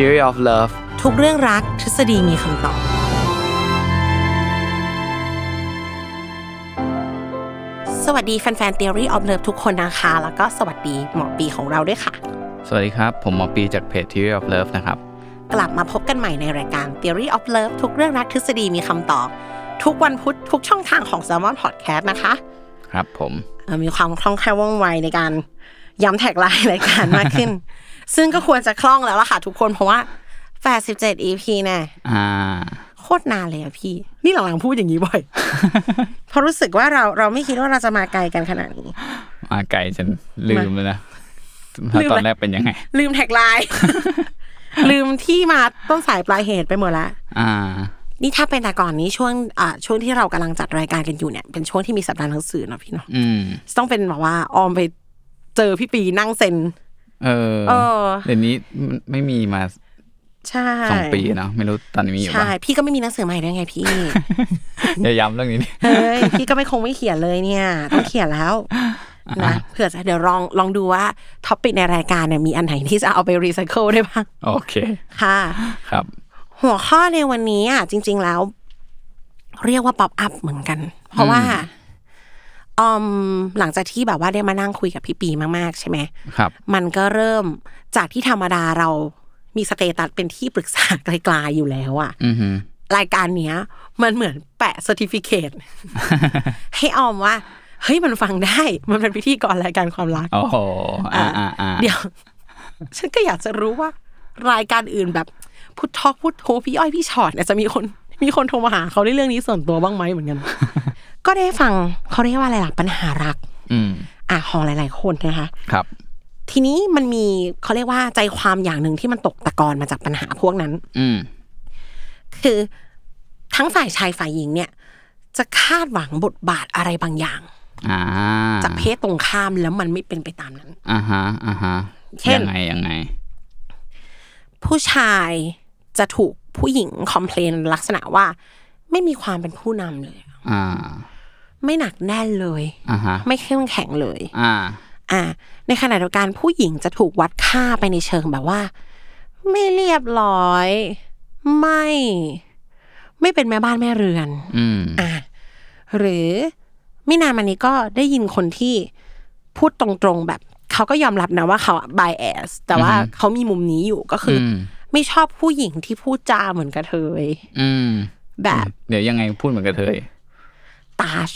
Theory of Love ทุกเรื่องรักทฤษฎีมีคำตอบ สวัสดีแฟนๆ Theory of Love ทุกคนนะคะ แล้วก็สวัสดีหมอปีของเราด้วยค่ะ สวัสดีครับ ผมหมอปีจากเพจ Theory of Love นะครับ กลับมาพบกันใหม่ในรายการ Theory of Love ทุกเรื่องรักทฤษฎีมีคำตอบ ทุกวันพุธทุกช่องทางของ s ซ l m o n Podcast นะคะ ครับผม เอ่อมีความคล่องแคล่วว่องไวในการย้ำแท็กไลน์รายการมากขึ้น ซึ่งก็ควรจะคล่องแล้วล่ะค่ะทุกคนเพราะว่า 87 EP แน่ อ่า โคตรนานเลยอะพี่ นี่หลังๆพูดอย่างนี้ บ่อย เพราะรู้สึกว่าเราเราไม่คิดว่าเราจะมาไกลกันขนาดนี้ มาไกลจนลืมเลย นะ ลืม ตอน ละ แรกเป็นยังไง ลืมแท็กไลน์ ลืมที่มาต้นสายปลายเหตุไปหมดละ อ่า นี่ถ้าเป็นแต่ก่อนนี้ช่วงอ่าช่วงที่เรากำลังจัดรายการกันอยู่เนี่ยเป็นช่วงที่มีสัปดาห์หนังสือเนาะพี่เนาะ อืม ต้องเป็นแบบว่าออมไปเจอพี่ปีนั่งเซ็น เออ เออ เดี๋ยวนี้มันไม่มีมา ใช่ สองปีเนาะไม่รู้ตอนนี้มีอยู่ปะ ใช่ พี่ก็ไม่มีหนังสือใหม่ด้วยไงพี่ อย่าย้ำเรื่องนี้ดิ เฮ้ยพี่ก็ไม่คงไม่เขียนเลยเนี่ย ต้องเขียนแล้วนะเผื่อจะเดี๋ยวลองลองดูว่าท็อปิกในรายการเนี่ยมีอันไหนที่จะเอาไปรีไซเคิลได้บ้าง โอเค ค่ะ ครับ หัวข้อในวันนี้อ่ะจริง ๆแล้ว เรียกว่าป๊อปอัพเหมือนกัน เพราะว่าออมหลังจากที่แบบว่าได้มานั่งคุยกับพี่ปีมากๆ ใช่ไหม ครับ มันก็เริ่มจากที่ธรรมดาเรามีสเตตัสเป็นที่ปรึกษา ไกลๆอยู่แล้วอ่ะ อือหือ รายการเนี้ย มันเหมือนแปะ certificate ให้ออมว่า เฮ้ยมันฟังได้ มันเป็นพิธีกรรายการความรัก โอ้โห อ่าอ่าอ่า เดี๋ยว ฉันก็อยากจะรู้ว่า รายการอื่นแบบพุททอกพุทโทพี่อ้อยพี่ชอดเนี่ยจะมีคนมีคนโทรมาหาเขาในเรื่องนี้ส่วนตัวบ้างไหมเหมือนกัน ก็ได้ฟังเขาเรียกว่าอะไรล่ะปัญหารัก อืม อ่ะของหลาย ๆ คนนะคะ ครับ ทีนี้มันมีเขาเรียกว่าใจความอย่างหนึ่งที่มันตกตะกอนมาจากปัญหาพวกนั้น อืม คือทั้งฝ่ายชายฝ่ายหญิงเนี่ย จะคาดหวังบทบาทอะไรบางอย่าง อ่า จากเพศตรงข้ามแล้วมันไม่เป็นไปตามนั้น อ่าฮะ อ่าฮะ เช่น ยังไงยังไง ผู้ชายจะถูกผู้หญิงคอมเพลนลักษณะว่า ไม่มีความเป็นผู้นำเลย อ่า ไม่หนักแน่นเลย อ่าฮะ ไม่เข้มแข็งเลย อ่า อ่าในขณะเดียวกันผู้หญิงจะถูกวัดค่าไปในเชิงแบบว่า ไม่เรียบร้อย ไม่ ไม่เป็นแม่บ้านแม่เรือน อืม อ่ะหรือไม่นานมานี้ก็ได้ยินคนที่พูดตรงๆแบบ เขาก็ยอมรับนะว่าเขา bias แต่ว่า อือฮึ เขามีมุมนี้อยู่ก็คือ อื อ ม ไม่ชอบผู้หญิงที่พูดจาเหมือนกระเทย อืม แบบ เดี๋ยวยังไงพูดเหมือนกระเทย ตา ช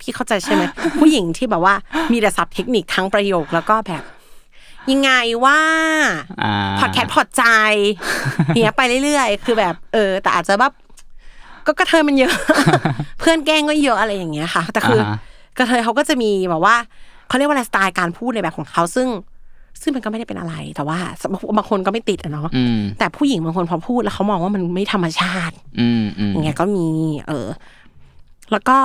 พี่เข้าใจใช่ไหม ผู้หญิงที่แบบว่ามีแต่ศัพท์เทคนิคทั้งประโยคแล้วก็แบบ ยังไงว่า อ่า พอดแคสต์พอด ใจเนี้ยไปเรื่อยๆ คือแบบ เออ แต่อาจจะแบบก็กระเทยมันเยอะ เพื่อนแกล้งก็เยอะอะไรอย่างเงี้ยค่ะ แต่คือาอฮะ กระเทยเขาก็จะมีแบบว่าเขาเรียกว่าอะไรสไตล์การพูดในแบบของเขาซึ่ง ซึ่งมันก็ไม่ได้เป็นอะไร แต่ว่าบางคนก็ไม่ติดอะเนาะ อืม แต่ผู้หญิงบางคนพอพูดแล้วเขามองว่ามันไม่ธรรมชาติ อืมอืม อย่างเงี้ยก็มี เออ แล้วก็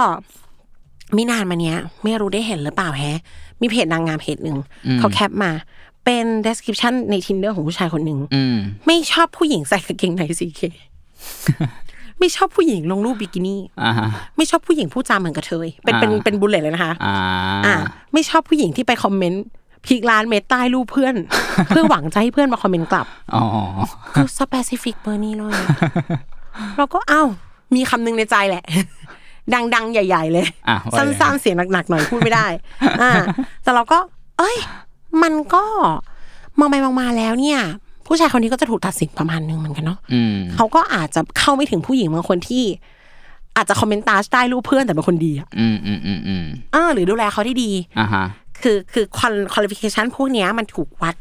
ไม่นานมาเนี้ย ไม่รู้ได้เห็นหรือเปล่าแฮะ มีเพจนางงามเพจหนึ่งเขาแคปมาเป็น description ใน tinder ของผู้ชายคนหนึ่ง อืม ไม่ชอบผู้หญิงใส่กางเกงในสีเค ไม่ชอบผู้หญิงลงรูปบิกินี่ อ่าฮะ ไม่ชอบผู้หญิงพูดจาเหมือนกระเทยเป็นเป็น อ่า เป็นบุลเลตเลยนะคะ อ่า อ่ะไม่ชอบผู้หญิงที่ไปคอมเมนต์พีกร้านเมตใต้รูปเพื่อน เพื่อหวังจะให้เพื่อนมาคอมเมนต์กลับ อ๋อ คือสเปซิฟิกเบอร์นี้เลย เราก็เอ้า มีคำหนึงในใจแหละ ดังๆ ใหญ่ ๆ เลย อ่ะว่ายังไง สั้นๆ เสียงหนักๆ หน่อยพูดไม่ได้ อ่า แต่เราก็ เอ้ย มันก็ มองไปมองมาแล้วเนี่ย ผู้ชายคนนี้ก็จะถูกตัดสินประมาณนึงเหมือนกันเนาะ อืม เขาก็อาจจะเข้าไม่ถึงผู้หญิงบางคนที่ อาจจะคอมเมนต์ตาได้รูปเพื่อนแต่เป็นคนดีอะ อืมอืมอืมอืม เออหรือดูแลเขาได้ดี อ่าฮะ คือคือคอนคอลิฟิเคชันพวกเนี้ยมันถูกวัด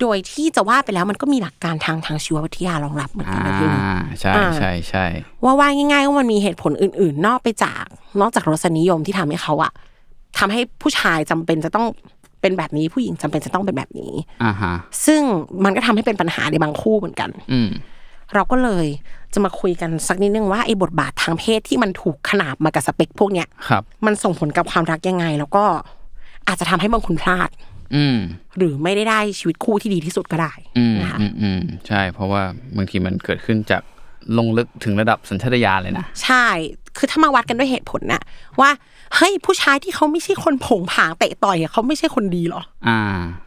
โดยที่จะว่าไปแล้วมันก็มีหลักการทางทางชีววิทยารองรับเหมือนกั อ่า นนะพี่นุ้ย ใช่ อ่า ใช่ใช่ ว่าว่าง่ายๆว่ามันมีเหตุผลอื่น ๆ นอกไปจาก นอกจากรสนิยมที่ทำให้เขาอะทำให้ผู้ชายจำเป็นจะต้องเป็นแบบนี้ผู้หญิงจำเป็นจะต้องเป็นแบบนี้ อ่าฮะ ซึ่งมันก็ทำให้เป็นปัญหาในบางคู่เหมือนกัน อืม เราก็เลยจะมาคุยกันสักนิดนึงว่าไอ้บทบาททางเพศที่มันถูกขนาบมากับสเปคพวกเนี้ย ครับ มันส่งผลกับความรักยังไง แล้วก็อาจจะทำให้บางคนพลาด อืม หรือไม่ได้ได้ชีวิตคู่ที่ดีที่สุดก็ได้ อืม นะคะ อืมอืมใช่ เพราะว่าบางทีมันเกิดขึ้นจากลงลึกถึงระดับสัญชาตญาณเลยนะ ใช่ คือถ้ามาวัดกันด้วยเหตุผลน่ะ ว่าเฮ้ยผู้ชายที่เขาไม่ใช่คนผงผางเตะต่อยอะเขาไม่ใช่คนดีหรอ อ่า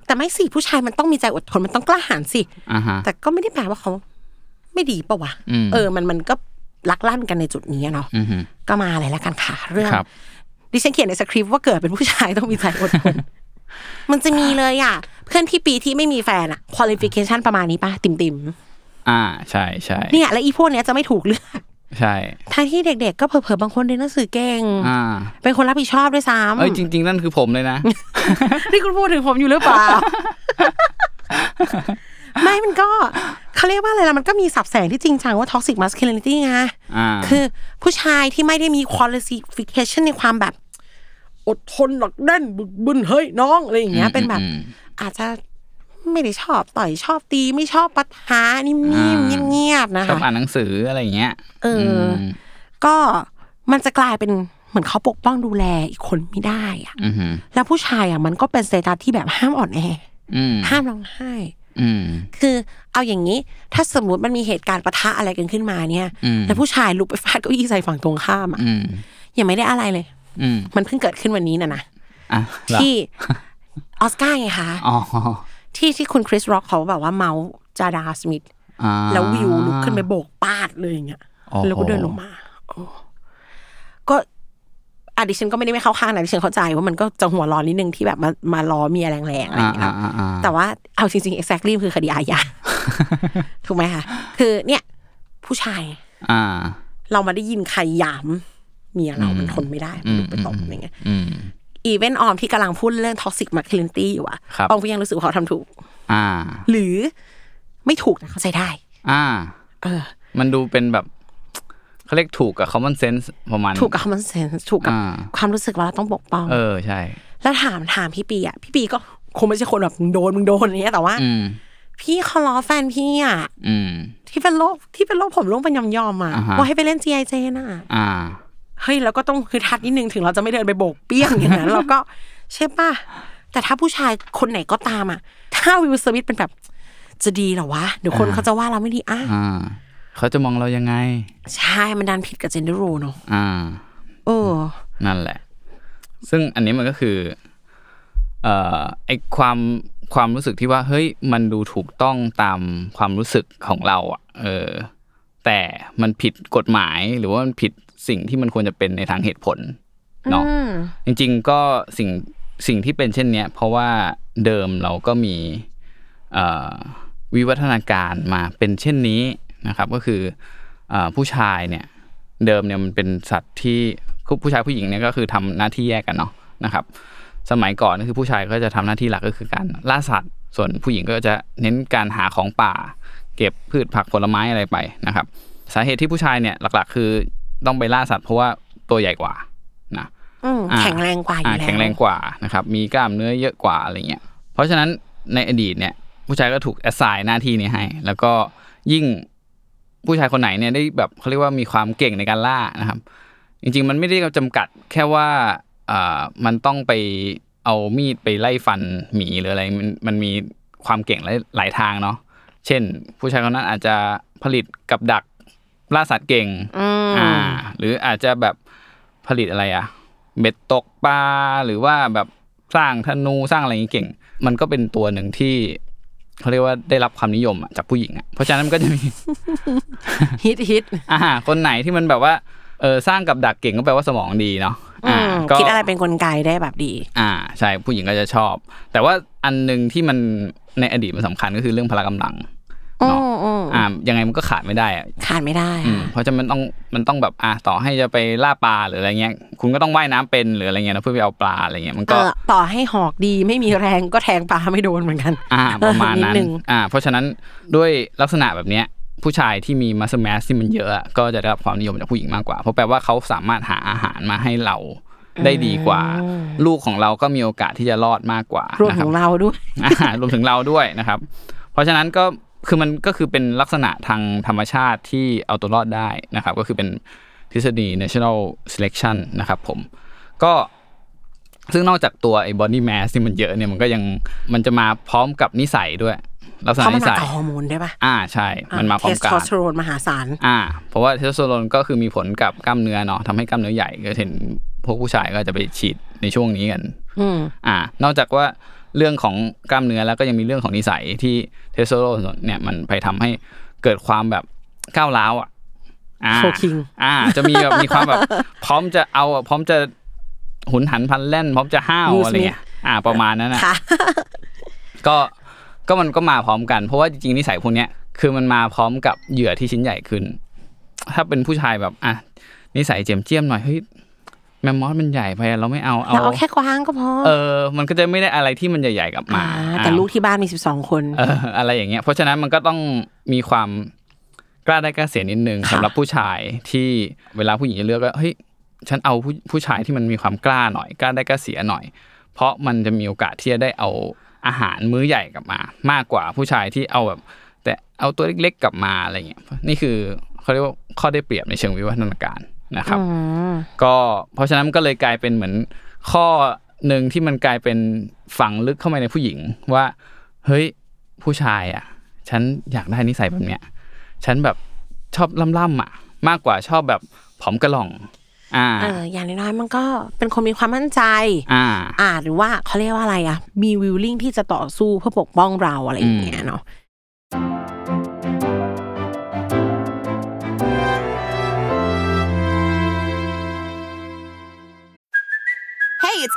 แต่ไม่สิผู้ชายมันต้องมีใจอดทนมันต้องกล้าหาญสิ อ่าฮะ แต่ก็ไม่ได้แปลว่าเขาไม่ดีปะวะ อืม เออมันมันก็ลักลั่นกันในจุดนี้อะเนาะ อืมฮึ ก็มาเลยแล้วกันค่ะ เรื่อง ครับ ดิฉันเขียนในสคริปต์ว่าเกิดเป็นผู้ชายต้องมีใจอด ทน มันจะมีเลยอ่ะ เพื่อนพี่ปีที่ไม่มีแฟนอ่ะคุณลิฟิเคชันประมาณนี้ป่ะ ติ่มติม อ่า ใช่ใช่ ๆเนี่ย แล้วอีพวกเนี้ยจะไม่ถูกเลือก ใช่ ทั้งที่เด็กๆ ก็เผลอๆบางคนเรียนหนังสือเก่ง อ่า เป็นคนรับผิดชอบด้วยซ้ำ เอ้ยจริง ๆ นั่นคือผม เลยนะ นี่คุณพูดถึงผมอยู่หรือเปล่า ไม่มันก็เขาเรียกว่าอะไรล่ะมันก็มีสับแสงที่จริงจังว่าท็อกซิกมัสคิลิตี้ไง อ่า คือผู้ชายที่ไม่ได้มีคุณลิฟิเคชันในความแบบ อดทนหลักแน่นบึกบึนเฮ้ยน้องอะไรอย่างเงี้ย อืม เป็นแบบ อืม อาจจะไม่ได้ชอบต่อยชอบตีไม่ชอบปะทะนิ่ม อ่า ๆเงียบๆนะ ชอบ คะ อ่านหนังสืออะไรอย่างเงี้ย เอออ ม ก็มันจะกลายเป็นเหมือนเขาปกป้องดูแลอีกคนไม่ได้อะ อืมฮึ แล้วผู้ชายอ่ะมันก็เป็นสเตตัสที่แบบห้ามอ่อนแอ อืม ห้ามร้องไห้ อืม คือเอาอย่างนี้ ถ้าสมมติมันมีเหตุการณ์ปะทะอะไรกันขึ้นมาเนี่ย อืม แล้วผู้ชายลุกไปฟาดเก้าอี้ใส่ฝั่งตรงข้ามอ่ะ อืม ยังไม่ได้อะไรเลย อืม มันเพิ่งเกิดขึ้นวันนี้นะนะ อ่ะเหรอ ที่ ออสการ์ไงคะ อ๋อ ที่ที่คุณคริสร็อกเขาแบบว่าเมาส์จาดาสมิธ อ่า แล้ววิวลุกขึ้นไปโบกปาดเลยอย่างเงี้ย โอ้โห แล้วก็เดินลงมาโอ้ก็อะดิฉันก็ไม่ได้ไม่เข้าข้างนะดิฉันเข้าใจว่ามันก็จะหัวร้อนนิดนึงที่แบบมามาล้อเมียแรงๆอะไรอ อ่า ย่างเงี้ อ่าย อ่าอ่า แต่ว่าเอาจริงๆ exactly มันคือคดีอา ญา ถูกไหมคะคือเนี่ย ผู้ชาย อ่า เรามาได้ยินใครหยามเมียเรามันทนไม่ได้มันลุกไปตบอย่างเงี้ย อืม อีเวนออมที่กำลังพูดเรื่องท็อกซิกมาคิลินตี้อยู่อะ ครับ ออมก็ยังรู้สึกว่าเขาทำถูก อ่า หรือไม่ถูกนะเขาใจได้ อ่า เออ มันดูเป็นแบบเขาเรียกถูกกับ common sense ประมาณ ถูกกับ common sense ถูกกับ อ่า ความรู้สึกว่าเราต้องปกป้อง เออใช่ แล้วถามถามพี่ปีอ่ะ พี่ปีก็คงไม่ใช่คนแบบมึงโดนมึงโดนอย่างเงี้ยแต่ว่า อืม พี่เขาล้อแฟนพี่อ่ะ อืม ที่เป็นโรคที่เป็นโรคผมร่วงเป็นยอมๆอ่ะ อ่าฮะ ว่าให้ไปเล่น GIJ น่ะ อ่า เฮ้ยแล้วก็ต้องคือทัดนิดนึงถึงเราจะไม่เดินไปโบกเปี้ยงอย่างนั้น เราก็ใช่ป่ะ แต่ถ้าผู้ชายคนไหนก็ตามอ่ะ ถ้าวิวสวิตเป็นแบบ จะดีเหรอวะเดี๋ยวคนเขาจะว่าเราไม่ดีอ่ะ อ่า เขาจะมองเรายังไง ใช่มันดันผิดกับเจนเดอร์โรเนาะ อ่า เออ นั่นแหละ ซึ่งอันนี้มันก็คือ เอ่อ ไอความความรู้สึกที่ว่า เฮ้ย มันดูถูกต้องตามความรู้สึกของเราอ่ะ เออ แต่มันผิดกฎหมายหรือว่ามันผิดสิ่งที่มันควรจะเป็นในทางเหตุผลเนาะ จริงๆก็สิ่งสิ่งที่เป็นเช่นเนี้ย เพราะว่าเดิมเราก็มีเอ่อวิวัฒนาการมาเป็นเช่นนี้นะครับ ก็คือเอ่อผู้ชายเนี่ยเดิมเนี่ยมันเป็นสัตว์ที่ผู้ผู้ชายผู้หญิงเนี่ยก็คือทำหน้าที่แยกกันเนาะนะครับ สมัยก่อนก็คือผู้ชายก็จะทำหน้าที่หลักก็คือการล่าสัตว์ ส่วนผู้หญิงก็จะเน้นการหาของป่า เก็บพืชผักผลไม้อะไรไปนะครับ สาเหตุที่ผู้ชายเนี่ยหลักๆ คือต้องไปล่าสัตว์เพราะว่าตัวใหญ่กว่านะ อืม อ่า แข็งแรงกว่าอยู่ อ่า แล้ว แข็งแรงกว่านะครับ มีกล้ามเนื้อเยอะกว่าอะไรเงี้ย เพราะฉะนั้นในอดีตเนี่ย ผู้ชายก็ถูกแอสไซน์หน้าที่นี้ให้ แล้วก็ยิ่งผู้ชายคนไหนเนี่ยได้แบบเขาเรียกว่ามีความเก่งในการล่านะครับ จริง ๆ มันไม่ได้จำกัดแค่ว่าอ่ามันต้องไปเอามีดไปไล่ฟันหมีหรืออะไร มันมันมีความเก่งหลายหลายทางเนาะ เช่น ผู้ชายคนนั้นอาจจะผลิตกับดักล่าสัตว์เก่ง อืม อ่าหรืออาจจะแบบผลิตอะไรอะเบ็ดตกปลาหรือว่าแบบสร้างธนูสร้างอะไรอย่างนี้เก่ง มันก็เป็นตัวหนึ่งที่เขาเรียกว่าได้รับความนิยมอะจากผู้หญิงอะเพราะฉะนั้นมันก็จะมี ฮิตฮิต อ่าคนไหนที่มันแบบว่าเออสร้างกับดักเก่งก็แปลว่าสมองดีเนาะ อื อ่าม ก็ คิดอะไรเป็นกลไกได้แบบดี อ่าใช่ผู้หญิงก็จะชอบ แต่ว่าอันหนึ่งที่มัน ในอดีตมันสำคัญก็คือเรื่องพละกำลัง อื เนาะ มอืม อ่ายังไงมันก็ขาดไม่ได้อะ ขาดไม่ได้ อืม ค่ะ เพราะฉะนั้นมันต้องมันต้องแบบอ่ะต่อให้จะไปล่าปลาหรืออะไรเงี้ย คุณก็ต้องว่ายน้ำเป็นหรืออะไรเงี้ยนะเพื่อไปเอาปลาอะไรเงี้ยมัน เอ ก็ อต่อให้หอกดีไม่มีแรงก็แทงปลาไม่โดนเหมือนกัน อ่าประมาณนั้น นิดนึง อ่าเพราะฉะนั้นด้วยลักษณะแบบเนี้ยผู้ชายที่มีมัสแมสที่มันเยอะอะก็จะได้รับความนิยมจากผู้หญิงมากกว่า เพราะแปลว่าเขาสามารถหาอาหารมาให้เราได้ดีกว่า ลูกของเราก็มีโอกาสที่จะรอดมากกว่าร วม นะค ข รับ องเราด้วย อ่ ารวมถึงเราด้วยนะครับ เพราะฉะนั้นก็คือมันก็คือเป็นลักษณะทางธรรมชาติที่เอาตัวรอดได้นะครับ ก็คือเป็นทฤษฎี natural selection นะครับผม ก็ซึ่งนอกจากตัวไอ้ body mass ที่มันเยอะเนี่ยมันก็ยังมันจะมาพร้อมกับนิสัยด้วย ลักษณะ เขาะมัน นิ มา สัย กับฮอร์โมนได้วยปะ อ่าใช่ มันมาพร้อมกั เทสโท น สเตอโรนมหาศาล อ่า เพราะว่าเทสโทสเตอโรนก็คือมีผลกับกล้ามเนื้อเนาะทำให้กล้ามเนื้อใหญ่ก็เห็นพวกผู้ชายก็จะไปฉีดในช่วงนี้กัน อืม อ่านอกจากว่าเรื่องของกล้ามเนื้อแล้วก็ยังมีเรื่องของนิสัยที่เทสโทสเตอโรนเนี่ยมันไปทำให้เกิดความแบบก้าวร้าวอ่ะอ่า โฟคิง อ่า จะมีแบบมีความแบบ พร้อมจะเอาอะพร้อมจะหุนหันพลันแล่น พร้อมจะห้าวอะไรเงี้ยอ่า ประมาณนั้นอ่ะ ค่ะ ก็ก็มันก็มาพร้อมกัน เพราะว่าจริงๆนิสัยพวกเนี้ยคือมันมาพร้อมกับเหยื่อที่ชิ้นใหญ่ขึ้น ถ้าเป็นผู้ชายแบบอ่ะนิสัยเจียมเจียมหน่อยเฮ้ยแมมมอสมันใหญ่ไปอะเราไม่เอาเอา เราเอาแค่กว้างก็พอ เออ มันก็จะไม่ได้อะไรที่มันใหญ่ๆกลับมา อ่าแต่ อ่า ลูกที่บ้านมีสิบสองคน เอออะไรอย่างเงี้ย เพราะฉะนั้นมันก็ต้องมีความกล้าได้กล้าเสียนิดนึง ค่ะ สำหรับผู้ชายที่เวลาผู้หญิงจะเลือกก็เฮ้ยฉันเอาผู้ผู้ชายที่มันมีความกล้าหน่อยกล้าได้กล้าเสียหน่อย เพราะมันจะมีโอกาสที่จะได้เอาอาหารมื้อใหญ่กลับมา มากกว่าผู้ชายที่เอาแบบ แต่เอาตัวเล็กๆกลับมาอะไรเงี้ยนี่คือเขาเรียกว่าข้อได้เปรียบในเชิงวิวัฒนาการนะครับ อืม ก็เพราะฉะนั้นก็เลยกลายเป็นเหมือนข้อหนึ่งที่มันกลายเป็นฝังลึกเข้ามาในผู้หญิง ว่า เฮ้ยผู้ชายอ่ะ ฉันอยากได้นิสัยแบบเนี้ยฉันแบบชอบล่ำๆอ่ะ มากกว่าชอบแบบผอมกระหล่อง อ่า เออ อย่างน้อยๆมันก็เป็นคนมีความมั่นใจ อ่า อ่าหรือว่าเขาเรียกว่าอะไรอะมีวิลลิ่งที่จะต่อสู้เพื่อปกป้องเราอะไรอย่างเงี้ยเนาะ Hey, it's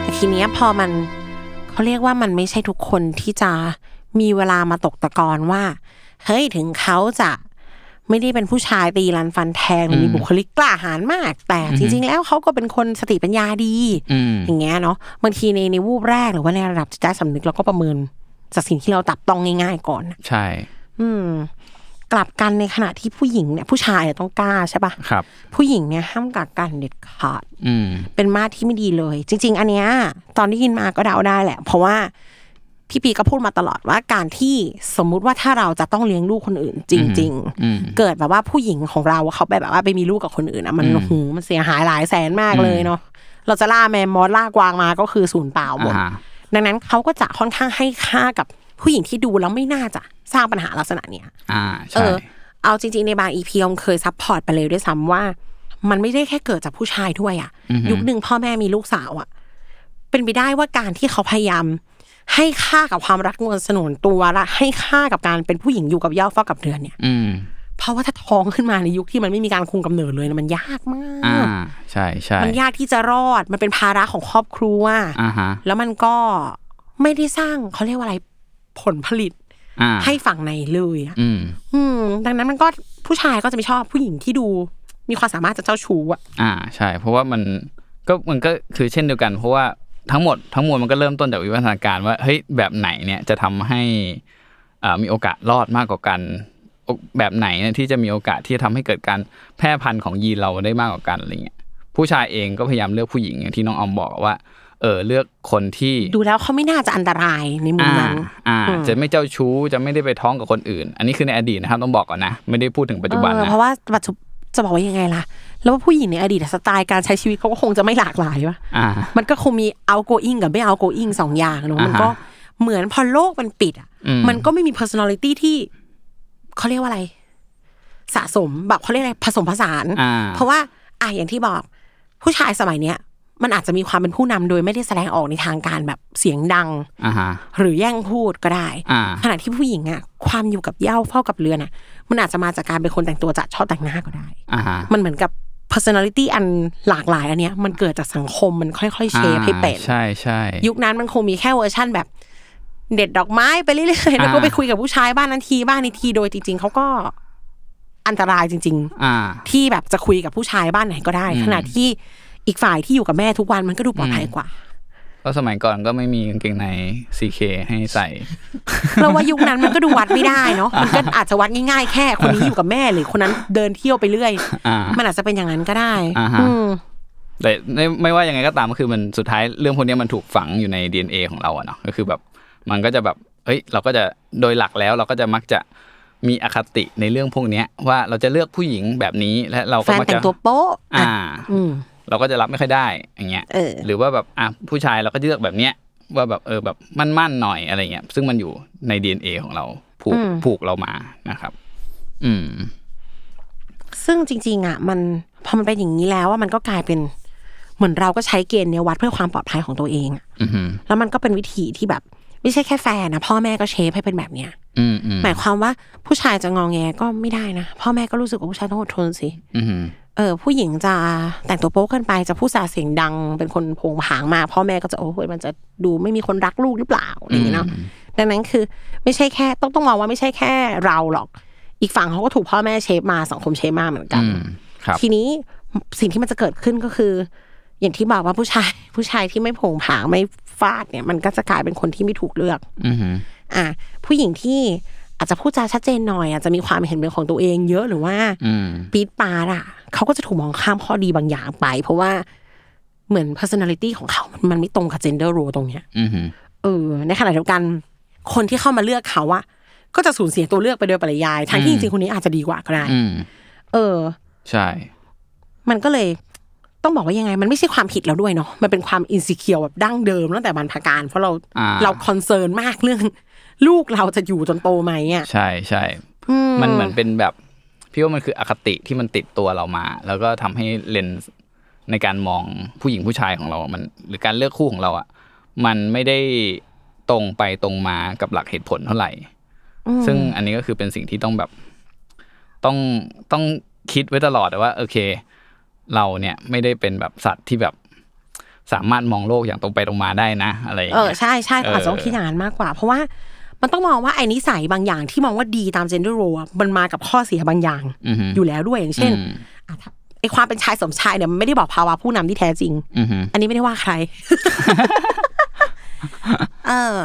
แต่ทีเนี้ยพอมันเขาเรียกว่ามันไม่ใช่ทุกคนที่จะมีเวลามาตกตะกอนว่า เฮ้ยถึงเขาจะไม่ได้เป็นผู้ชายตีรันฟันแทงหรือมีบุคลิกกล้าหาญมาก แต่จริง ๆ แล้วเขาก็เป็นคนสติปัญญาดี อืม อย่างเงี้ยเนาะบางทีในในวูบแรกหรือว่าในระดับจิตใต้สำนึกเราก็ประเมินจากสิ่งที่เราตับต้องง่ายๆก่อนนะ ใช่ อืม กลับกันในขณะที่ผู้หญิงเนี่ยผู้ชายเนี่ยต้องกล้าใช่ปะ ครับ ผู้หญิงเนี่ยห้ามกักกันเด็ดขาด อืม เป็นมาตรที่ไม่ดีเลย จริง ๆ อันเนี้ยตอนที่ยินมาก็เดาได้แหละ เพราะว่าพี่ปีก็พูดมาตลอดว่าการที่สมมุติว่าถ้าเราจะต้องเลี้ยงลูกคนอื่น จริง อืม ๆ เกิดแบบว่าผู้หญิงของเราเขาไปแบบว่าไปมีลูกกับคนอื่นอะมันโอ้โหมันเสียหายหลายแสนมากเลยเนาะเราจะล่าแมมมอสล่ากวางมาก็คือศูนย์เปล่าหมด อ่า ดังนั้นเขาก็จะค่อนข้างให้ค่ากับผู้หญิงที่ดูแล้วไม่น่าจะสร้างปัญหาลักษณะเนี้ย อ่า เอ ใช่ อเอาจริงๆ ในบางอีพีอมเคยซัพพอร์ตไปเลยด้วยซ้ำว่า มันไม่ได้แค่เกิดจากผู้ชายด้วยอะยุคหนึ่งพ่อแม่มีลูกสาวอะเป็นไปได้ว่าการที่เขาพยายาม ให้ค่ากับความรักนวลสนวนตัวและให้ค่ากับการเป็นผู้หญิงอยู่กับเหย่าเฝ้ากับเรือนเนี่ย อืม เพราะว่าถ้าท้องขึ้นมาในยุคที่มันไม่มีการคุมกำเนิดเลยนะมันยากม อ่า าก ใช่ใช่ มันยากที่จะรอดมันเป็นภาระของครอบครัว อ่าฮะ แล้วมันก็ไม่ได้สร้างเขาเรียกว่าอะไรผลผลิต อ่า ให้ฝั่งไหนเลยอะ อืม อืมดังนั้นมันก็ผู้ชายก็จะไม่ชอบผู้หญิงที่ดูมีความสามารถจะเจ้าชู้อะ อ่าใช่ เพราะว่ามันก็มันก็คือเช่นเดียวกัน เพราะว่าทั้งหมดทั้งมวลมันก็เริ่มต้นจากวิวัฒนาการว่าเฮ้ยแบบไหนเนี่ยจะทำให้อ่ามีโอกาสรอดมากกว่ากันโอแบบไหนเนี่ยที่จะมีโอกาสที่จะทำให้เกิดการแพร่พันธุ์ของยีนเราได้มากกว่ากันอะไรเงี้ยผู้ชายเองก็พยายามเลือกผู้หญิงอย่างที่น้องออมบอกว่าเออเลือกคนที่ ดูแล้วเขาไม่น่าจะอันตรายในมุม อ่า นั้น อ่า จะไม่เจ้าชู้จะไม่ได้ไปท้องกับคนอื่น อันนี้คือในอดีตนะครับต้องบอกก่อนนะ ไม่ได้พูดถึงปัจจุบัน เออ นะ เพราะว่าปัจจุ จะบอกว่ายังไงล่ะ แล้วว่าผู้หญิงในอดีตอะสไตล์การใช้ชีวิตเขาก็คงจะไม่หลากหลายวะ อ่า มันก็คงมี outgoing กับไม่ outgoing สองอย่างเนอะมันก็ อ่าฮะ เหมือนพอโลกมันปิดอ่ะ อืม มันก็ไม่มี personality ที่เขาเรียกว่าอะไร สะสมแบบเขาเรียกอะไรผสมผสาน อ่า เพราะว่าอ่ะอย่างที่บอก ผู้ชายสมัยเนี้ย มันอาจจะมีความเป็นผู้นำโดยไม่ได้แสดงออกในทางการแบบเสียงดัง อ่าฮะ หรือแย่งพูดก็ได้ อ่า ขณะที่ผู้หญิงอ่ะ ความอยู่กับเหย้าเฝ้ากับเรือนอ่ะ มันอาจจะมาจากการเป็นคนแต่งตัวจัดชอบแต่งหน้าก็ได้ อ่าฮะ มันเหมือนกับ personality อันหลากหลายอันเนี้ยมันเกิดจากสังคมมันค่อยๆเชฟให้เป็น ใช่ใช่ ยุคนั้นมันคงมีแค่เวอร์ชั่นแบบ เด็ดดอกไม้ไปเรื่อยๆแล้วก็ อ่า ไปคุยกับผู้ชายบ้านนั้นทีบ้านนี้ทีโดยจริง ๆเขาก็อันตรายจริง อ่า ๆ ที่แบบจะคุยกับผู้ชายบ้านไหนก็ได้ ขณะที่อีกฝ่ายที่อยู่กับแม่ทุกวันมันก็ดูปลอดภัยกว่า ก็สมัยก่อนก็ไม่มีกางเกงใน CK ให้ใส่ เราว่ายุคนั้นมันก็ดูวัดไม่ได้ เนาะ มันก็อาจจะวัดง่ายๆ แค่คนนี้อยู่กับแม่หรือคนนั้นเดินเที่ยวไปเรื่อย อ่ามั มันอาจจะเป็นอย่างนั้นก็ได้ อ่าฮะ อืม แต่ไม่ไม่ว่ายังไงก็ตามก็คือมันสุดท้ายเรื่องพวกเนี้ยมันถูกฝังอยู่ใน DNA ของเราอะเนาะก็คือแบบมันก็จะแบบเฮ้ยเราก็จะโดยหลักแล้วเราก็จะมักจะมีอคติในเรื่องพวกเนี้ยว่าเราจะเลือกผู้หญิงแบบนี้และเรา แฟ ก็ น มัก แต่ จะ งตัวโป๊ะอ่ะ อ่า อืม เราก็จะรับไม่ค่อยได้อย่างเงี้ย เออ หรือว่าแบบอ่ะผู้ชายเราก็จะเลือกแบบเนี้ยว่าแบบเออแบบมั่นๆหน่อยอะไรเงี้ยซึ่งมันอยู่ใน DNA ของเราผูกผูกเรามานะครับ อืม ซึ่งจริงๆอ่ะมันพอมันเป็นอย่างนี้แล้วว่ามันก็กลายเป็น เหมือนเราก็ใช้เกณฑ์เนี้ยวัดเพื่อความปลอดภัยของตัวเองอะ อือหือ แล้วมันก็เป็นวิธีที่แบบ ไม่ใช่แค่แฟนนะพ่อแม่ก็เชฟให้เป็นแบบเนี้ย อืมอืม หมายความว่าผู้ชายจะงองแงก็ไม่ได้นะพ่อแม่ก็รู้สึกว่าผู้ชายต้องอดทนสิ อือหือ เออผู้หญิงจะแต่งตัวโป๊กเกินไปจะพูดจาเสียงดัง เป็นคนโผงผางมากพ่อแม่ก็จะโอ้ยมันจะดูไม่มีคนรักลูกหรือเปล่าอะไรอย่างเงี้ยเนาะดังนั้นคือไม่ใช่แค่ต้องต้องมองว่าไม่ใช่แค่เราหรอก อีกฝั่งเขาก็ถูกพ่อแม่เชฟมาสังคมเชฟมาเหมือนกัน อืมครับ ทีนี้สิ่งที่มันจะเกิดขึ้นก็คือ อย่างที่บอกว่าผู้ชาย ผู้ชายที่ไม่โผงผางไม่ฟาดเนี่ย มันก็จะกลายเป็นคนที่ไม่ถูกเลือก อือหือ อ่ะผู้หญิงที่อาจจะพูดจาชัดเจนหน่อย อาจจะมีความเห็นเป็นของตัวเองเยอะหรือว่า อืม ปีดปาดอ่ะเขาก็จะถูกมองข้ามข้อดีบางอย่างไป เพราะว่าเหมือน personality ของเขา มันมันไม่ตรงกับ gender role ตรงเนี้ย อือหือ เออในขณะเดียวกัน คนที่เข้ามาเลือกเขาอะก็จะสูญเสียตัวเลือกไปโดยปริยายทั้งที่จริงๆคนนี้อาจจะดีกว่าก็ได้ อืม เออ ใช่ มันก็เลยต้องบอกว่ายังไง มันไม่ใช่ความผิดเราด้วยเนาะมันเป็นความอินสิเคียวแบบดั้งเดิมตั้งแต่บรรพการ เพราะเรา อ่า เราคอนเซิร์นมากเรื่อง ลูกเราจะอยู่จนโตไหมอ่ะ ใช่ใช่ มันเหมือนเป็นแบบ พี่ว่ามันคืออคติที่มันติดตัวเรามา แล้วก็ทำให้เลนส์ในการมองผู้หญิงผู้ชายของเรา มัน หรือการเลือกคู่ของเราอ่ะ มันไม่ได้ตรงไปตรงมากับหลักเหตุผลเท่าไหร่ ซึ่งอันนี้ก็คือเป็นสิ่งที่ต้องแบบ ต้องต้องคิดไว้ตลอดว่า โอเค เราเนี่ยไม่ได้เป็นแบบสัตว์ที่แบบ สามารถมองโลกอย่างตรงไปตรงมาได้นะ อะไรอย่าง เออ เงี้ย ใช่ใช่ เออ อาจจะต้องคิดอย่างนั้นมากกว่า เพราะว่ามันต้องมองว่าไอ้นิสัยบางอย่างที่มองว่าดีตาม gender role อะมันมากับข้อเสียบางอย่าง อือหือ อยู่แล้วด้วยอย่างเช่นอ่ะถ้าไอ้ความเป็นชายสมชายเนี่ยมันไม่ได้บอกภาวะผู้นำที่แท้จริง อือหือ อันนี้ไม่ได้ว่าใคร เออ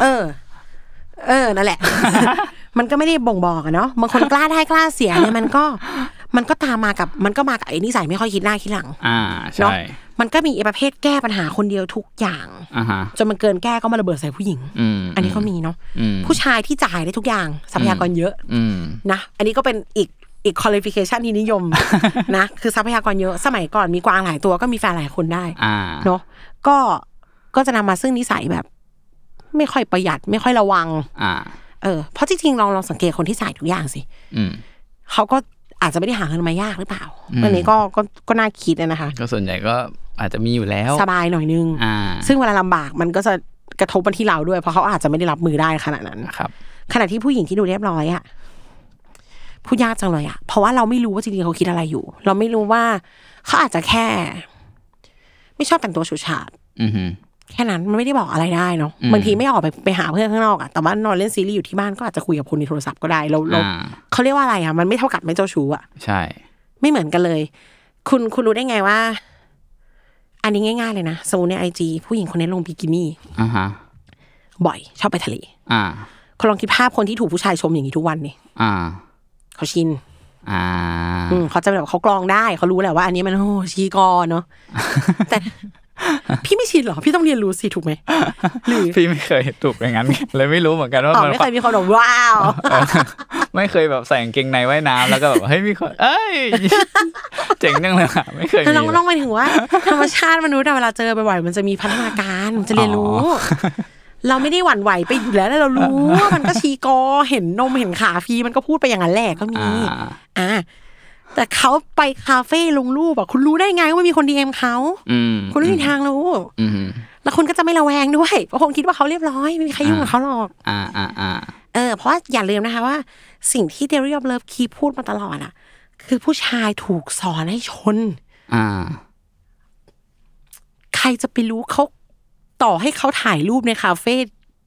เออ เออ นั่นแหละ มันก็ไม่ได้บ่งบอกอะเนาะ บางคนกล้าได้กล้าเสียเนี่ยมันก็ มันก็ตามมากับ มันก็มากับไอ้นิสัยไม่ค่อยคิดหน้าคิดหลัง อ่า เนาะ ใช่ มันก็มีไอ้ประเภทแก้ปัญหาคนเดียวทุกอย่าง อ่าฮะ จนมันเกินแก้ก็มาระเบิดใส่ผู้หญิง อืม อันนี้ก็มีเนาะ อืม ผู้ชายที่จ่ายได้ทุกอย่าง ทรัพยากรเยอะ อืม นะ อันนี้ก็เป็นอีกอีกคุณลิฟิเคชันที่นิย ม นะ คือทรัพยากรเยอะ สมัยก่อนมีกวางหลายตัวก็มีแฟนหลายคนได้ อ่า เนาะก็ก็จะนำมาซึ่งนิสัยแบบ ไม่ค่อยประหยัดไม่ค่อยระวัง อ่า เออเพราะจริงๆลองลองสังเกตคนที่ใส่ทุกอย่างสิ อืม เขาก็อาจจะไม่ได้หาเงินมายากหรือเปล่าอันนี้ก็ก็ก็น่าคิดนะคะ ก็ส่วนใหญ่ก็อาจจะมีอยู่แล้ว สบายหน่อยนึง อ่า ซึ่งเวลาลำบากมันก็จะกระทบมาที่เราด้วย เพราะเขาอาจจะไม่ได้รับมือได้ขนาดนั้น ครับ ขณะที่ผู้หญิงที่ดูเรียบร้อยอะพูดยากจังเลยอะเพราะว่าเราไม่รู้ว่าจริงๆเขาคิดอะไรอยู่ เราไม่รู้ว่าเขาอาจจะแค่ ไม่ชอบแต่งตัวฉูดฉาด อือหือ แค่นั้นมันไม่ได้บอกอะไรได้เนาะบางทีไม่ออกไปไปหาเพื่อนข้างนอกอะแต่ว่านอนเล่นซีรีส์อยู่ที่บ้านก็อาจจะคุยกับคนในโทรศัพท์ก็ได้เราเรา อ่า เขาเรียกว่าอะไรอะมันไม่เท่ากับไม่เจ้าชู้อะ ใช่ ไม่เหมือนกันเลย คุณคุณรู้ได้ไงว่า อันนี้ง่าย ๆ เลยนะสมมติในไอจีผู้หญิงคนนี้ลงบิกินี่ อ่าฮะ บ่อยชอบไปทะเล อ่า คุณลองคิดภาพคนที่ถูกผู้ชายชมอย่างนี้ทุกวันนี่ อ่า เขาชิน อ่า อืมเขาจะแบบเขากรองได้เขารู้แหละว่าอันนี้มันโอ้ชีกอเนาะแต่ พี่ไม่ชินเหรอ พี่ต้องเรียนรู้สิถูกไหม หรือ พี่ไม่เคยถูกอย่างนั้น เลยไม่รู้เหมือนกันว่า อ๋อ มัน ไม่เคยมีคนบอกว้าว เออ ไม่เคยแบบใส่กางเกงในว่ายน้ำแล้วก็แบบ เฮ้ยมีคนเอ้ย เจ๋งจังเลยอ่ะไม่เคยมี น้องน้องหมายถึงว่า ธรรมชาติมนุษย์อะเวลาเจอบ่อยๆมันจะมีพัฒนาการมันจะเรียนรู้ เราไม่ได้หวั่นไหวไปอยู่แล้วแล้วเรารู้ว่ามันก็ชีกอเห็นนมเห็นขาฟรีมันก็พูดไปอย่างนั้นแหละก็มี อ่า อ่าแต่เขาไปคาเฟ่ลงรูปอะคุณรู้ได้ไงว่ามีคนดีเอ็มเขา อืม คุณรู้ทิศทางรู้ อืม แล้วคุณก็จะไม่ระแวงด้วยเพราะคงคิดว่าเขาเรียบร้อยไม่มีใครยุ่งกับเขาหรอก อ่าอ่าอ่า เออเพราะว่าอย่าลืมนะคะว่า สิ่งที่เดริออฟเลิฟคีพูดมาตลอดอะคือผู้ชายถูกสอนให้ชน อ่า ใครจะไปรู้เขาต่อให้เขาถ่ายรูปในคาเฟ่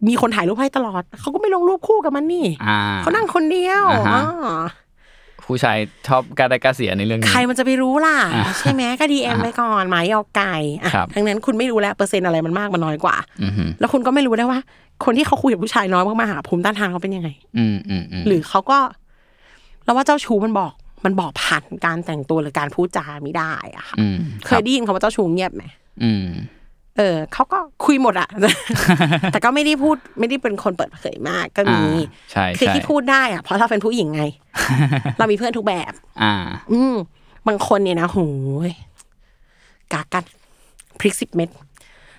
มีคนถ่ายรูปให้ตลอด เขาก็ไม่ลงรูปคู่กับมันนี่ อ่า เขานั่งคนเดียว อ่าฮะ อ๋อ ผู้ชายชอบการได้การเสียในเรื่องนี้ ใครมันจะไปรู้ล่ะ อ่า ใช่ไหมก็ดีเอ็มไปก่อน หมายเอาไก่อ่ะ ครับ ทั้งนั้นคุณไม่รู้แล้วเปอร์เซ็นต์อะไรมันมากมันน้อยกว่า อืม แล้วคุณก็ไม่รู้ได้ว่า คนที่เขาคุยกับผู้ชายน้อยมากๆอะภูมิต้านทานเขาเป็นยังไง อืมอืมอืม หรือเขาก็เราว่าเจ้าชู้มันบอก มันบอกผ่านการแต่งตัวหรือการพูดจาไม่ได้อะค่ะ อืม เครับ ยได้ยินคำว่าเจ้าชู้เงียบไหม อืม เออเขาก็คุยหมดอะ แต่ก็ไม่ได้พูดไม่ได้เป็นคนเปิดเผยมากก็มี อ่าใช่ คือ ใช่ ที่พูดได้อะเพราะเราเป็นผู้หญิง ไง เรามีเพื่อนทุกแบบ อ่า อืมบางคนเนี่ยนะโหยกากัดพริกสิบเม็ด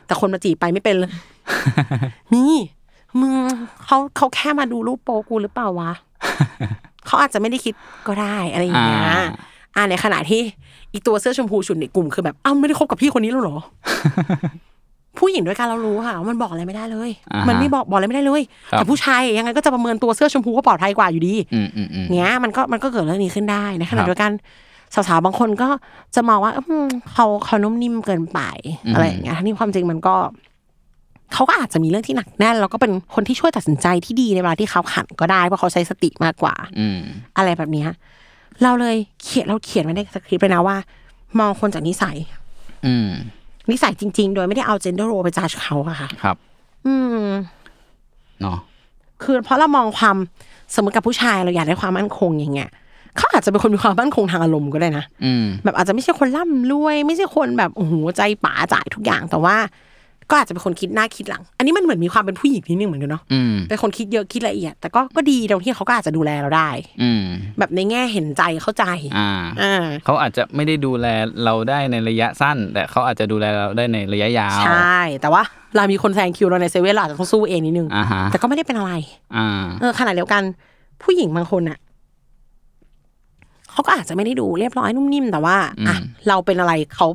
แต่คนมาจีบไปไม่เป็น เลย นี่มึงเขาเขาแค่มาดูรูปโปกูหรือเป ล่าวะ เขาอาจจะไม่ได้คิดก็ได้อะไรอย่างเงี้ย อ่า อ่าในขณะที่อีตัวเสื้อชมพูชุดในกลุ่มคือแบบอ้าวไม่ได้คบกับพี่คนนี้ แล้วเหรอ ผู้หญิงด้วยกันเรารู้ค่ะว่ามันบอกอะไรไม่ได้เลย อ่าฮะ มันไม่บอกบอกอะไรไม่ได้เลย ครับ แต่ผู้ชายยังไงก็จะประเมินตัวเสื้อชมพูว่าปลอดภัยกว่าอยู่ดี อืมอืมอืม เนี้ยมันก็มันก็เกิดเรื่องนี้ขึ้นได้ในขคณะรับ เดียวกันสาวๆบางคนก็จะมองว่าอืมเขาเขานุ่มนิ่มเกินไป อืม อะไรอย่างเงี้ยทั้งที่ความจริงมันก็เขาก็อาจจะมีเรื่องที่หนักแน่นแล้วก็เป็นคนที่ช่วยตัดสินใจที่ดีในเวลาที่เขาขันก็ได้เพราะเขาใช้สติมากกว่า อืม อะไรแบบเนี้ยเราเลยเขียนเราเขียนไว้ในสคริปต์เลยนะว่า มองคนจากนิสัย อืม นิสัยจริง ๆ โดยไม่ได้เอาเจนเดอร์โรไปจ้าเขาอะค่ะ ครับ อืม เนาะ คือเพราะเรามองความสมมติกับผู้ชายเราอยากได้ความมั่นคงอย่างเงี้ยเขาอาจจะเป็นคนมีความมั่นคงทางอารมณ์ก็ได้นะ อืม แบบอาจจะไม่ใช่คนร่ำรวย ไม่ใช่คนแบบโอ้โหใจป๋าจ่ายทุกอย่าง แต่ว่า ก็อาจจะเป็นคนคิดหน้าคิดหลัง อันนี้มันเหมือนมีความเป็นผู้หญิงนิดนึงเหมือนกันเนาะ อืม เป็นคนคิดเยอะคิดละเอียด แต่ก็ก็ดีตรงที่เขาก็อาจจะดูแลเราได้ อืม แบบในแง่เห็นใจเข้าใจ อ่า อ่า เขาอาจจะไม่ได้ดูแลเราได้ในระยะสั้น แต่เขาอาจจะดูแลเราได้ในระยะยาว ใช่ แต่ว่าเรามีคนแซงคิวเราในเซเว่นเราอาจจะต้องสู้เองนิดนึง อ่าฮะ แต่ก็ไม่ได้เป็นอะไร อ่า เออขณะเดียวกันผู้หญิงบางคนอ่ะเขาก็อาจจะไม่ได้ดูเรียบร้อยนุ่มนิ่มแต่ว่าอ่ะ อืม เราเป็นอะไรเขา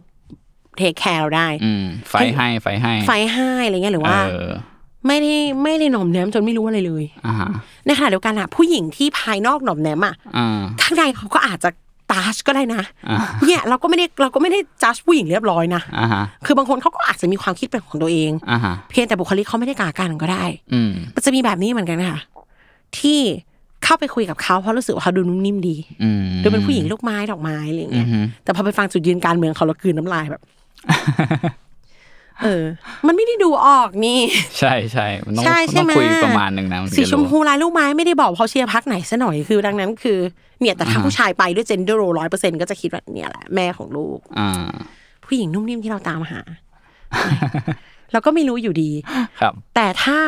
เทคแคร์เราได้ อืม ไฟให้ไฟให้ ไฟให้อะไรเงี้ยหรือว่า เออ ไม่ได้ไม่ได้หน่อมแนมจนไม่รู้อะไรเลย อ่าฮะ ในขณะเดียวกันอะผู้หญิงที่ภายนอกหน่อมแนมอะ อ่า ข้างในเขาก็อาจจะตาชก็ได้นะ อ่า เนี่ยเราก็ไม่ได้เราก็ไม่ได้จัดผู้หญิงเรียบร้อยนะ อ่าฮะ คือบางคนเขาก็อาจจะมีความคิดเป็นของตัวเอง อ่าฮะ เพียงแต่บุคลิกเขาไม่ได้กากันก็ได้ อืม มันจะมีแบบนี้เหมือนกันค่ะ ที่เข้าไปคุยกับเขาเพราะรู้สึกว่าเขาดูนุ่มนิ่มดี อืม ดูเป็นผู้หญิงลูกไม้ดอกไม้อะไรอย่าง อือเงี้ย ฮึ แต่พอไปฟังจุดยืนการเมืองเขาแล้วกลืนน้ำลายแบบ เออ มันไม่ได้ดูออกนี่ ใช่ใช่มันต้อง ใช่ใช่ ต้อง ไหม คุยประมาณหนึ่งนะนถึง สี จะ ชมพูลายลูกไม้ไม่ได้บอกเขาเชียร์พักไหนซะหน่อยคือดังนั้นคือเนี่ยแต่ถ้าผู้ชายไปด้วยเจนเดอร์โรร้อยเปอร์เซ็นก็จะคิดว่าเนี่ยแหละแม่ของลูก อ่า ผู้หญิงนุ่มนิ่มที่เราตาม หา เราก็ไม่รู้อยู่ดี ครับ แต่ถ้า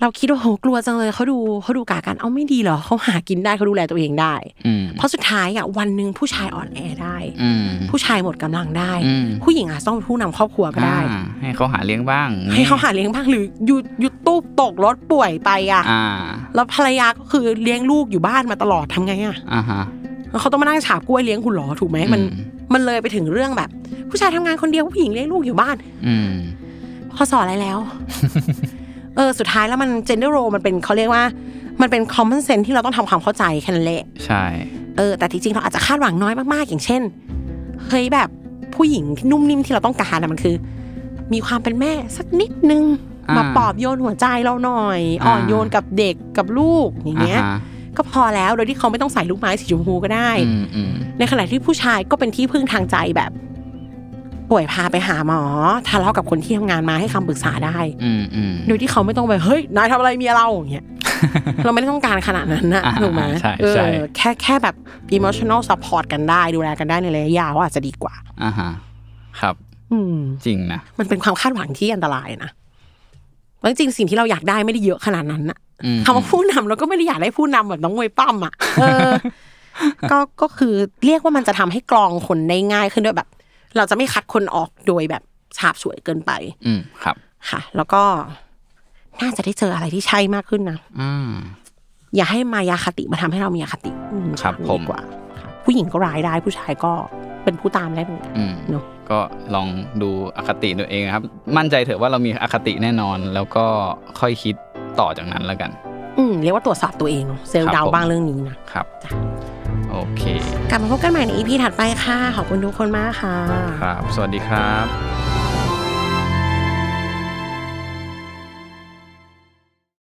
เราคิดว่าโหกลัวจังเลยเขาดูเขาดูกากันเอาไม่ดีเหรอเขาหากินได้เขาดูแลตัวเองได้ อืม เพราะสุดท้ายอ่ะวันหนึ่งผู้ชายอ่อนแอได้ อืม ผู้ชายหมดกำลังได้ อืม ผู้หญิงอาจต้องเป็นผู้นำครอบครัวก็ได้ อ่าให้เขาหาเลี้ยงบ้าง ให้เขาหาเลี้ยงบ้างหรือหยุดหยุดตู้ตกรถป่วยไปอ่ะ อ่า แล้วภรรยาก็คือเลี้ยงลูกอยู่บ้านมาตลอดทำไงอ่ะ อ่าฮะ แล้วเขาต้องมานั่งฉาบกล้วยเลี้ยงคุณเหรอถูกไหมมัน อืม มันเลยไปถึงเรื่องแบบ ผู้ชายทำงานคนเดียวผู้หญิงเลี้ยงลูกอยู่บ้าน อืม เขาสอนอะไร แล้ว เออสุดท้ายแล้วมัน gender role มันเป็นเขาเรียกว่า มันเป็น common sense ที่เราต้องทำความเข้าใจแค่นั้นแหละ ใช่ เออแต่ที่จริงเราอาจจะคาดหวังน้อยมากๆ อย่างเช่นเฮ้ยแบบผู้หญิงที่นุ่มนิ่มที่เราต้องการนะมันคือ มีความเป็นแม่สักนิดนึง า มาปลอบโยนหัวใจเราหน่อย อ่า อ่อนโยนกับเด็กกับลูกอย่างเงี้ย อ่าฮะ ก็พอแล้วโดยที่เขาไม่ต้องใส่ลูกไม้สีชมพูก็ได้ อืมอืม ในขณะที่ผู้ชายก็เป็นที่พึ่งทางใจแบบ ป่วยพาไปหาหมอทะเลาะกับคนที่ทำงานมาให้คำปรึกษาได้ อืมอืม โดยที่เขาไม่ต้องไปเฮ้ยนายทำอะไรเมียเราอย่างเงี้ย เราไม่ได้ต้องการขนาดนั้นนะ อ่า ถูกไหม ใช่ เอ ใช่ อแค่แค่แบบ emotional support กันได้ ดูแลกันได้ในระยะยาวอาจจะดีกว่า อ่าฮะครับ อืม จริงนะ มันเป็นความคาดหวังที่อันตรายนะเพราะจริงๆสิ่งที่เราอยากได้ไม่ได้เยอะขนาดนั้นน่ะ อืม คำว่าผู้นำเราก็ไม่ได้อยากได้ผู้นำแบบน้องมวยปั้มอ่ะ เอ อ ก็ก็คือเรียกว่ามันจะทำให้กรองคนได้ง่ายขึ้นด้วยแบบ เราจะไม่คัดคนออกโดยแบบฉาบฉวยเกินไป อืมครับ ค่ะ แล้วก็ น่าจะได้เจออะไรที่ใช่มากขึ้นนะ อืม อย่าให้มายาคติมาทำให้เรามีอคติอืม ครับผม ดีกว่าค่ะผู้หญิงก็ร้ายได้ผู้ชายก็เป็นผู้ตามได้เหมือนกัน อืม เนอะ ก็ลองดูอคติตัวเองนะครับ มั่นใจเถอะว่าเรามีอคติแน่นอน แล้วก็ค่อยคิดต่อจากนั้นแล้วกัน อืมเรียกว่าตรวจสอบตัวเองเนอะเซล ครับล์ดาว ผม บ้างเรื่องนี้นะ ครับ จ้ะ โอเค กลับมาพบกันใหม่ในอีพีถัดไปค่ะ ขอบคุณทุกคนมากค่ะ ครับ สวัสดีครับ